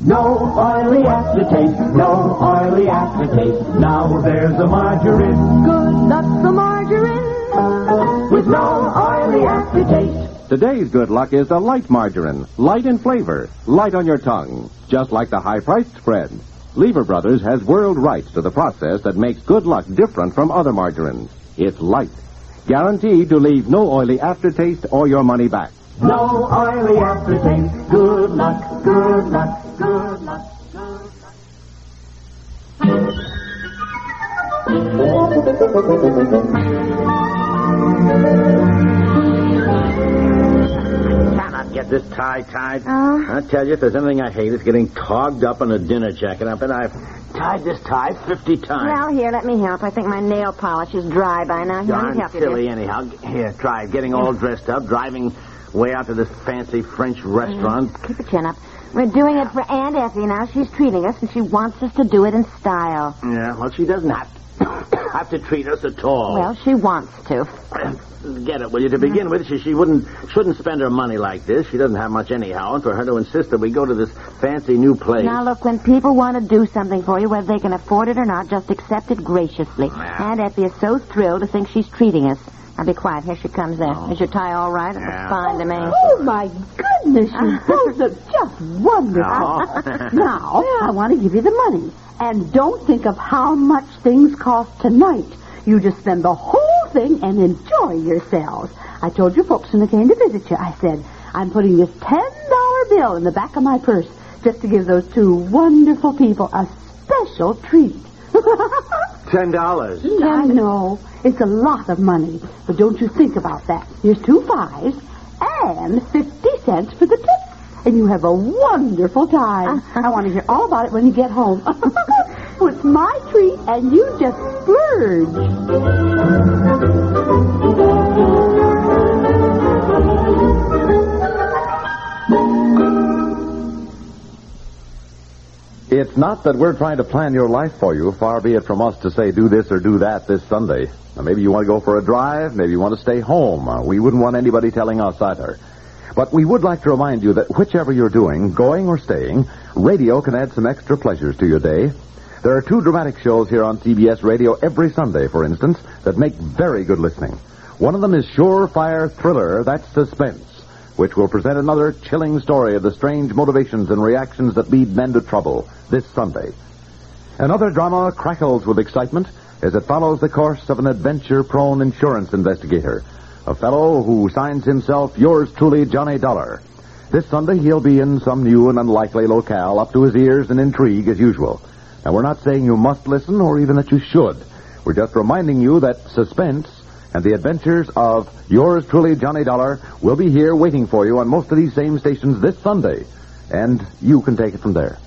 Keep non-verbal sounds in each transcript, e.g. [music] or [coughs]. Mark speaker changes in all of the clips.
Speaker 1: No oily acetate, no oily acetate. Now there's a margarine
Speaker 2: Good luck, the margarine.
Speaker 1: with no oily acetate.
Speaker 3: Today's good luck is the light margarine, light in flavor, light on your tongue, just like the high-priced spread. Lever Brothers has world rights to the process that makes good luck different from other margarines. It's light, guaranteed to leave no oily aftertaste or your money back.
Speaker 1: No oily acetate. Good luck, good luck, good luck.
Speaker 4: cannot get this tie tied.
Speaker 2: Uh.
Speaker 4: I tell you, if there's anything I hate, it's getting togged up in a dinner jacket. I bet I've tied this tie 50 times.
Speaker 2: Well, here, let me help. I think my nail polish is dry by now. Here, let
Speaker 4: Darn
Speaker 2: me help you. dear.
Speaker 4: silly, anyhow. G- Here, try it. getting all dressed up, driving way out to this fancy French restaurant.
Speaker 2: Keep your chin up. We're doing it for Aunt Effie now. She's treating us, and she wants us to do it in style.
Speaker 4: Yeah, well, she doesn't have [coughs] to, have to treat us at all.
Speaker 2: Well, Mm. she wants to.
Speaker 4: [coughs] Get it, will you? To begin with, she, she wouldn't shouldn't spend her money like this. She doesn't have much anyhow, and for her to insist that we go to this fancy new place.
Speaker 2: Now, look, when people want to do something for you, whether they can afford it or not, just accept it graciously. Aunt Effie is so thrilled to think she's treating us. Now, be quiet. Here she comes there. Is your tie all right?
Speaker 4: Oh.
Speaker 2: It
Speaker 4: Yeah.
Speaker 2: looks fine to me.
Speaker 5: Oh, my goodness, you both look just wonderful.
Speaker 4: Oh.
Speaker 5: [laughs] now, I want to give you the money. And don't think of how much things cost tonight. You just spend the whole thing and enjoy yourselves. I told your folks when they came to visit you, I said, I'm putting this $10 bill in the back of my purse just to give those two wonderful people a special treat. [laughs]
Speaker 4: Ten
Speaker 2: Hmm?
Speaker 4: dollars.
Speaker 5: I know. It's a lot of money. But don't you think about that. Here's two fives and 50 cents for the tip. And you have a wonderful time.
Speaker 2: Uh-huh.
Speaker 5: I want to hear all about it when you get home. [laughs] well, it's my treat, and you just splurge.
Speaker 3: It's not that we're trying to plan your life for you. Far be it from us to say do this or do that this Sunday. Now, maybe you want to go for a drive. Maybe you want to stay home. Uh, We wouldn't want anybody telling us either. But we would like to remind you that whichever you're doing, going or staying, radio can add some extra pleasures to your day. There are two dramatic shows here on CBS Radio every Sunday, for instance, that make very good listening. One of them is Surefire Thriller, that's suspense, which will present another chilling story of the strange motivations and reactions that lead men to trouble this Sunday. Another drama crackles with excitement as it follows the course of an adventure prone insurance investigator, a fellow who signs himself yours truly, Johnny Dollar. This Sunday, he'll be in some new and unlikely locale, up to his ears in intrigue as usual. Now, we're not saying you must listen or even that you should. We're just reminding you that suspense and the adventures of yours truly, Johnny Dollar, will be here waiting for you on most of these same stations this Sunday. And you can take it from there.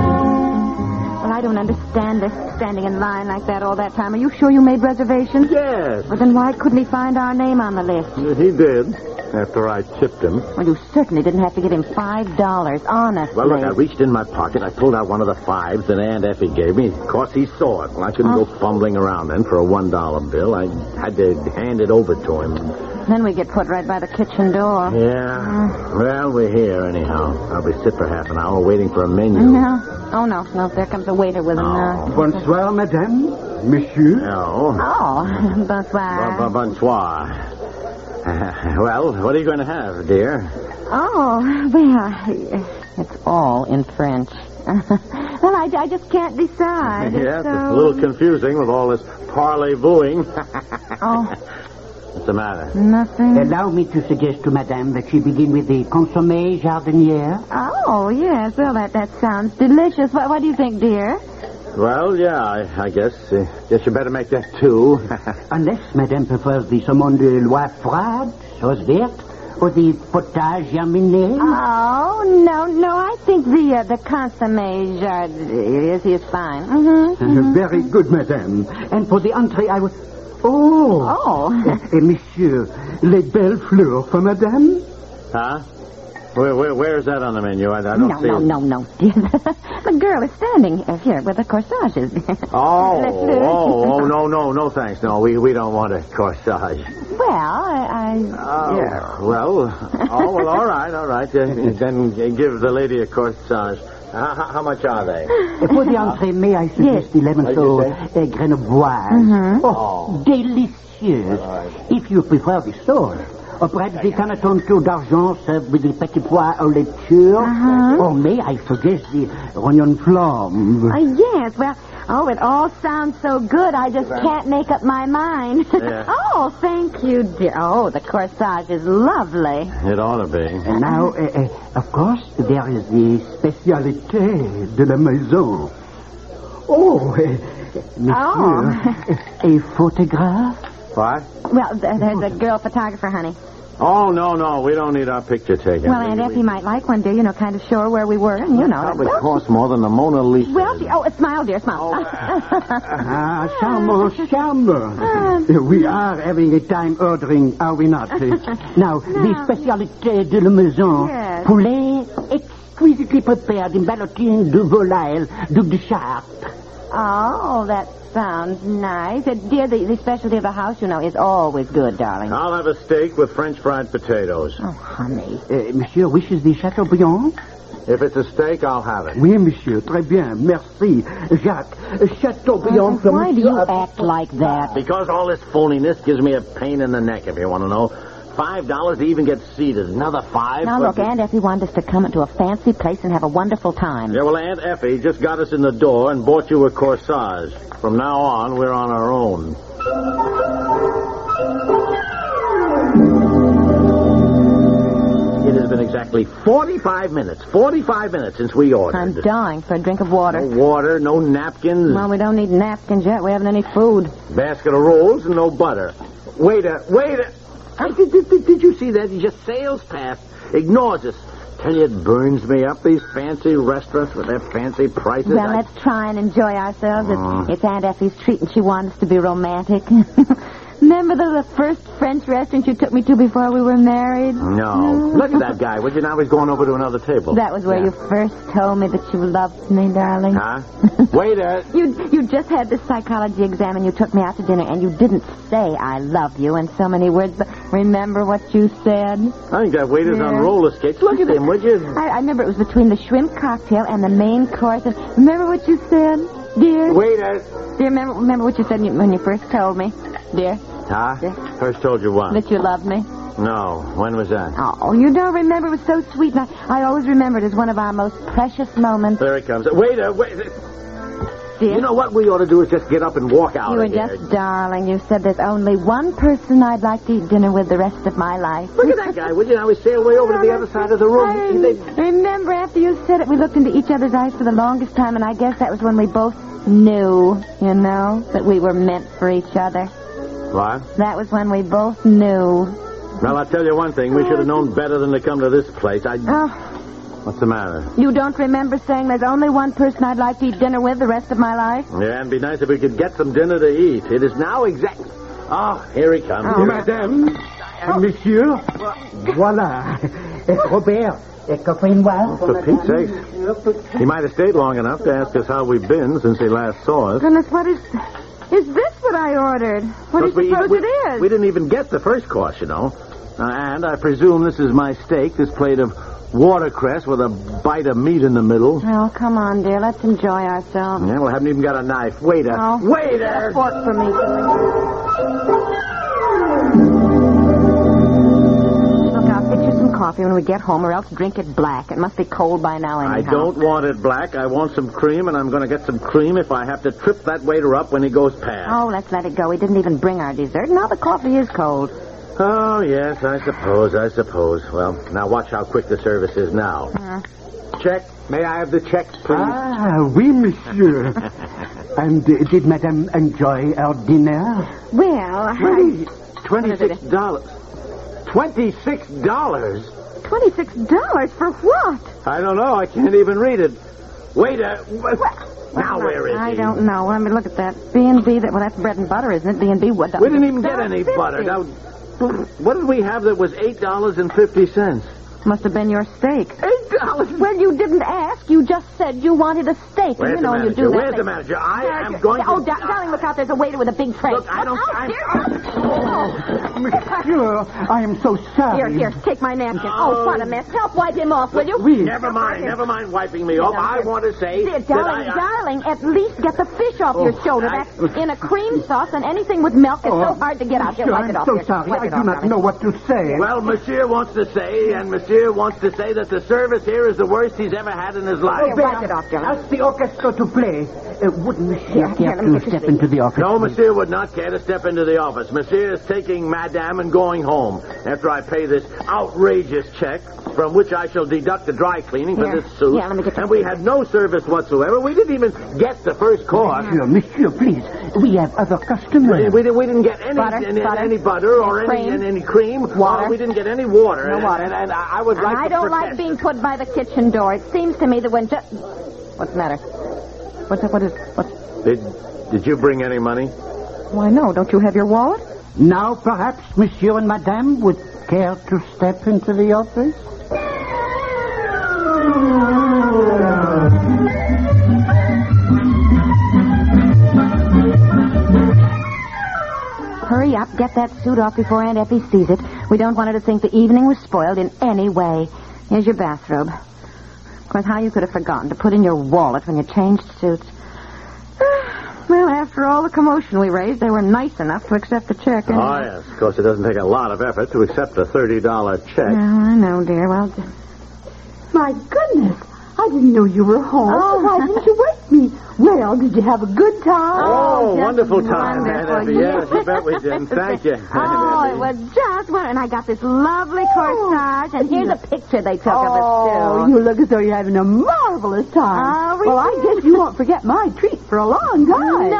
Speaker 2: Well, I don't understand this standing in line like that all that time. Are you sure you made reservations?
Speaker 4: Yes,
Speaker 2: Well, then why couldn't he find our name on the list?
Speaker 4: he did. After I tipped him.
Speaker 2: Well, you certainly didn't have to give him five dollars, honestly.
Speaker 4: Well, look, I reached in my pocket. I pulled out one of the fives that Aunt Effie gave me. Of course, he saw it. Well, I couldn't go fumbling around then for a $1 bill. I had to hand it over to him.
Speaker 2: Then we get put right by the kitchen door.
Speaker 4: Yeah. Uh. Well, we're here anyhow. I'll be sit for half an hour waiting for a menu.
Speaker 2: No. Oh, no, no. There comes a waiter with an... Uh...
Speaker 6: Bonsoir, madame, monsieur.
Speaker 4: No. Bon- bon-
Speaker 2: Oh, [laughs] bonsoir.
Speaker 4: Bonsoir. [laughs] Well, what are you going to have, dear?
Speaker 2: Oh, well, it's all in French. [laughs] well, I, I just can't
Speaker 4: [laughs]
Speaker 2: decide.
Speaker 4: yes,
Speaker 2: It's,
Speaker 4: it's
Speaker 2: uh,
Speaker 4: a little confusing with all this parley-vooing.
Speaker 2: Oh,
Speaker 4: [laughs] What's the matter?
Speaker 2: nothing.
Speaker 6: Allow me to suggest to madame that she begin with the consommé jardinière.
Speaker 2: Oh, yes. Well, that, that sounds delicious. What, what do you think, dear?
Speaker 4: Well, yeah, I, I guess. Uh, guess you better make that two.
Speaker 6: Unless madame prefers the saumon de loi froide, sauce verte, or the potage yaminé.
Speaker 2: Oh, no, no. I think the uh, the consommé jard is, is
Speaker 4: [laughs]
Speaker 2: fine. Mm-hmm.
Speaker 6: Very good, madame. And for the entree, I will... Oh!
Speaker 2: Oh. [laughs]
Speaker 6: Et monsieur, les belles fleurs for madame?
Speaker 4: [laughs] huh? Where, where, where is that on the menu? I, I don't
Speaker 2: No,
Speaker 4: see
Speaker 2: no,
Speaker 4: it.
Speaker 2: no, [laughs] no, dear. the girl is standing here with the corsages. [laughs]
Speaker 4: Oh,
Speaker 2: Les fleurs.
Speaker 4: oh, oh, no, no, no, thanks. No, we, we don't want a corsage.
Speaker 2: Well, I. I
Speaker 4: Oh, Well, oh, well, all right, all right. Uh, then give the lady a corsage. How, how- how much are
Speaker 2: [laughs]
Speaker 4: they?
Speaker 6: And for the entree, may I suggest the lemon
Speaker 4: What'd you
Speaker 6: sauce uh, grenobloise? Oh, delicious. If you prefer the sauce. Or perhaps the Canton Tour d'Argent served with the petit pois au lecture. Or may I suggest the rognon flambe?
Speaker 2: Uh, yes, well, oh, it all sounds so good, I just can't make up my mind. [laughs]
Speaker 4: Yeah.
Speaker 2: oh, thank you, dear. Oh, the corsage is lovely.
Speaker 4: It ought to be.
Speaker 6: Now, uh, uh, of course, there is the spécialité de la maison. Oh, uh, monsieur, [laughs] a photograph?
Speaker 4: What?
Speaker 2: Well, th- there's
Speaker 4: [laughs]
Speaker 2: a girl photographer, honey.
Speaker 4: Oh, no, no, we don't need our picture taken.
Speaker 2: well, Aunt
Speaker 4: We-
Speaker 2: Effie might like one, dear, you know, kind of sure where we were, and you
Speaker 4: [laughs]
Speaker 2: know.
Speaker 4: Probably
Speaker 2: well,
Speaker 4: cost more than the Mona Lisa.
Speaker 2: well, gee- oh, uh, smile, dear, smile.
Speaker 6: Ah, charmant, charmant.
Speaker 2: Um.
Speaker 6: We are having a time ordering, are we
Speaker 2: [laughs]
Speaker 6: not? Now, the specialité de la maison,
Speaker 2: Yes.
Speaker 6: poulet exquisitely prepared in ballotine de volaille, duc de Chartres.
Speaker 2: [laughs] oh, that sounds nice. Uh, dear, the, the specialty of the house, you know, is always good, darling.
Speaker 4: I'll have a steak with French fried potatoes.
Speaker 2: Oh, honey.
Speaker 6: Uh, monsieur wishes the Chateaubriand?
Speaker 4: If it's a steak, I'll have it.
Speaker 6: Oui, monsieur, très bien, merci. Jacques, Chateaubriand for
Speaker 2: Uh, Why do
Speaker 6: monsieur
Speaker 2: you
Speaker 6: à-
Speaker 2: act like that?
Speaker 4: Because all this phoniness gives me a pain in the neck, if you want to know. Five dollars to even get seated. Another five.
Speaker 2: Now,
Speaker 4: for-
Speaker 2: look, Aunt Effie wanted us to come to a fancy place and have a wonderful time.
Speaker 4: Yeah, well, Aunt Effie just got us in the door and bought you a corsage. From now on, we're on our own. It has been exactly 45 minutes, 45 minutes since we ordered.
Speaker 2: I'm dying for a drink of water.
Speaker 4: No water, no napkins,
Speaker 2: Well, we don't need napkins yet. We haven't any food.
Speaker 4: basket of rolls, and no butter. Waiter, waiter! Hey, did, did, did, did you see that? He just sails past, ignores us. Tell you, it burns me up, these fancy restaurants with their fancy prices.
Speaker 2: Well,
Speaker 4: I-
Speaker 2: let's try and enjoy ourselves.
Speaker 4: Mm.
Speaker 2: It's, it's Aunt Effie's treat, and she wants us to be romantic. [laughs] Remember the, the first French restaurant you took me to before we were married?
Speaker 4: Mm. No. Look at that guy, would you? Now he's going over to another table.
Speaker 2: That was where you first told me that you loved me, darling.
Speaker 4: Huh? Waiter!
Speaker 2: You you just had this psychology exam and you took me out to dinner and you didn't say I love you in so many words, but remember what you said?
Speaker 4: I think that waiter's on
Speaker 2: Yeah.
Speaker 4: roller skates. Look at him, would
Speaker 2: [laughs]
Speaker 4: you?
Speaker 2: I, I remember it was between the shrimp cocktail and the main course. And remember what you said, dear?
Speaker 4: Waiter!
Speaker 2: Do you remember, remember what you said when you- when you first told me, dear,
Speaker 4: Huh? First told you what?
Speaker 2: that you loved me?
Speaker 4: No. When was that?
Speaker 2: Oh, you don't remember? It was so sweet. And I, I always remember it as one of our most precious moments.
Speaker 4: There he comes. Waiter, wait.
Speaker 2: Dear,
Speaker 4: You know what we ought to do is just get up and walk out
Speaker 2: you were
Speaker 4: of here.
Speaker 2: just darling. You said there's only one person I'd like to eat dinner with the rest of my life.
Speaker 4: Look at that guy, would you? Now we sail way over to the other side of the
Speaker 2: I
Speaker 4: room. He- they-
Speaker 2: rem- remember after you said it, we looked into each other's eyes for the longest time, and I guess that was when we both knew, you know, that we were meant for each other.
Speaker 4: What?
Speaker 2: That was when we both knew.
Speaker 4: Well, I'll tell you one thing. We should have known better than to come to this place. I.
Speaker 2: Oh,
Speaker 4: What's the matter?
Speaker 2: you don't remember saying there's only one person I'd like to eat dinner with the rest of my life?
Speaker 4: Yeah, it'd be nice if we could get some dinner to eat. It is now exact. Ah, here he comes.
Speaker 2: Oh,
Speaker 6: Madame, monsieur,
Speaker 2: [laughs]
Speaker 6: voilà. Eh, Robert, comprends-moi.
Speaker 4: For Pete's sake, he might have stayed long enough to ask us how we've been since he last saw us.
Speaker 2: Goodness, what is. Is this what I ordered?
Speaker 4: But
Speaker 2: What do you suppose
Speaker 4: we,
Speaker 2: it is?
Speaker 4: We didn't even get the first course, you know. Uh, and I presume this is my steak, this plate of watercress with a bite of meat in the middle.
Speaker 2: Oh, come on, dear. Let's enjoy ourselves.
Speaker 4: Yeah, well, I haven't even got a knife. Waiter.
Speaker 2: Oh.
Speaker 4: Waiter!
Speaker 2: Fork for me. Look, I'll fix you some coffee when we get home, or else drink it black. It must be cold by now, anyhow.
Speaker 4: I don't want it black. I want some cream, and I'm going to get some cream if I have to trip that waiter up when he goes past.
Speaker 2: Oh, let's let it go. We didn't even bring our dessert. Now the coffee is cold.
Speaker 4: Oh, yes, I suppose, I suppose. Well, now watch how quick the service is now.
Speaker 2: Uh-huh.
Speaker 4: Check. May I have the check, please?
Speaker 2: Uh,
Speaker 6: Ah, oui, monsieur. and uh, did Madame enjoy our dinner?
Speaker 2: Well,
Speaker 4: Twenty- Twenty-six dollars. Twenty-six dollars?
Speaker 2: twenty-six dollars for what?
Speaker 4: I don't know. I can't even read it. Waiter. What? Now where is
Speaker 2: I
Speaker 4: he?
Speaker 2: don't know. I mean, look at that B and B. That well, that's bread and butter, isn't it? B and B. What?
Speaker 4: We didn't even get any butter. Now, what did we have that was eight dollars and fifty cents?
Speaker 2: Must have been your steak.
Speaker 4: Eight dollars.
Speaker 2: Well, you didn't ask. You just said you wanted a steak.
Speaker 4: Where's
Speaker 2: you know
Speaker 4: the
Speaker 2: you
Speaker 4: manager?
Speaker 2: do that.
Speaker 4: Where's the
Speaker 2: thing.
Speaker 4: manager? I
Speaker 2: Manager.
Speaker 4: am going
Speaker 2: Oh,
Speaker 4: to-
Speaker 2: da- darling, look out! There's a waiter with a big tray.
Speaker 4: Look, I don't-
Speaker 2: Look out,
Speaker 4: I-
Speaker 2: dear. Oh.
Speaker 4: [laughs]
Speaker 6: Monsieur, I am so
Speaker 2: Here,
Speaker 6: sorry.
Speaker 2: here, take my napkin. Oh, what a mess! Help wipe him off, will you?
Speaker 6: Oui.
Speaker 4: Never mind. Never mind wiping me off. I want to say
Speaker 2: Dear,
Speaker 4: that I. uh,
Speaker 2: darling, darling, at least get the fish off your shoulder.
Speaker 4: I-
Speaker 2: That's in a cream sauce, and anything with milk is so hard to get out. Here,
Speaker 6: Monsieur,
Speaker 2: wipe it
Speaker 6: I'm
Speaker 2: off.
Speaker 6: Oh, so
Speaker 2: Here,
Speaker 6: sorry.
Speaker 2: wipe
Speaker 6: I
Speaker 2: it
Speaker 6: do
Speaker 2: off,
Speaker 6: not
Speaker 2: darling.
Speaker 6: know what to say.
Speaker 4: Well, Monsieur wants to say, and Monsieur wants to say that the service here is the worst he's ever had in his life.
Speaker 2: Here, wipe it off, darling.
Speaker 6: Ask the orchestra to play. Uh, would
Speaker 2: Here,
Speaker 6: Monsieur
Speaker 2: here,
Speaker 6: care
Speaker 2: let me
Speaker 6: to
Speaker 2: get you
Speaker 6: step
Speaker 2: seat.
Speaker 6: into the
Speaker 2: Oh.
Speaker 6: office?
Speaker 4: No, Monsieur would not care to step into the office. Monsieur is taking Madame and going home after I pay this outrageous check from which I shall deduct the dry cleaning for
Speaker 2: Here.
Speaker 4: this suit.
Speaker 2: Yeah, let me get
Speaker 4: and
Speaker 2: you-
Speaker 4: we had no service whatsoever. We didn't even get the first course.
Speaker 6: Oh, Monsieur, monsieur, please. We have other
Speaker 4: We,
Speaker 6: customers.
Speaker 4: we, didn't- we didn't get any
Speaker 2: Butter,
Speaker 4: any,
Speaker 2: butter,
Speaker 4: any butter or
Speaker 2: cream,
Speaker 4: any and any cream. or
Speaker 2: water.
Speaker 4: we didn't get any water.
Speaker 2: No
Speaker 4: And-
Speaker 2: water.
Speaker 4: And, and I I would like.
Speaker 2: I
Speaker 4: to
Speaker 2: don't like
Speaker 4: protest.
Speaker 2: being put by the kitchen door. It seems to me that when just what's the matter? What's what is what's
Speaker 4: Did, did you bring any money?
Speaker 2: why no? Don't you have your wallet?
Speaker 6: Now, perhaps Monsieur and Madame would care to step into the office?
Speaker 2: Hurry up, get that suit off before Aunt Effie sees it. We don't want her to think the evening was spoiled in any way. Here's your bathrobe. Of course, how you could have forgotten to put in your wallet when you changed suits. [sighs] well, after all the commotion we raised, they were nice enough to accept the check. anyway.
Speaker 4: Oh yes, of course. It doesn't take a lot of effort to accept a thirty dollar check.
Speaker 2: No, Oh, I know, dear. Well,
Speaker 5: My goodness. I didn't know you were home.
Speaker 2: Oh.
Speaker 5: Why didn't you wake me? Well, did you have a good time?
Speaker 4: Oh,
Speaker 2: just
Speaker 4: wonderful time,
Speaker 2: wonderful.
Speaker 4: Aunt Effie. Yes, you bet we did. Thank you.
Speaker 2: [laughs] Oh, it was just wonderful. And I got this lovely corsage, and here's a picture they took
Speaker 5: Oh,
Speaker 2: of us, too.
Speaker 5: you look as though you're having a marvelous time.
Speaker 2: Oh, we
Speaker 5: well, I guess you won't forget my treat for a long time.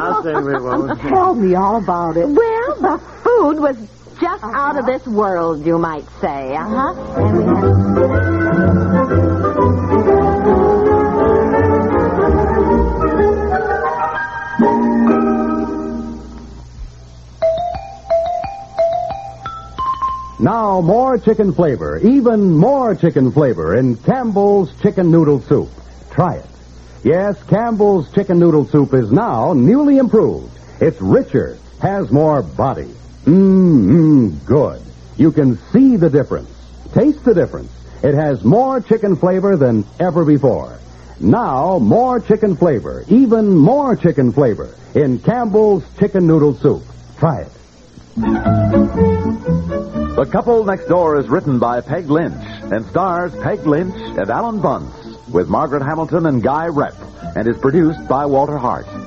Speaker 4: I'll
Speaker 2: No,
Speaker 4: say we won't.
Speaker 5: [laughs] Tell me all about it.
Speaker 2: it- well, the food was just out of this world, you might say. Uh-huh. And we had...
Speaker 3: Now, more chicken flavor, even more chicken flavor in Campbell's Chicken Noodle Soup. Try it. Yes, Campbell's Chicken Noodle Soup is now newly improved. It's richer, has more body. Mmm, mm, good. You can see the difference. Taste the difference. It has more chicken flavor than ever before. Now, more chicken flavor, even more chicken flavor in Campbell's Chicken Noodle Soup. Try it.
Speaker 4: The Couple Next Door is written by Peg Lynch and stars Peg Lynch and Alan Bunce with Margaret Hamilton and Guy Rep and is produced by Walter Hart.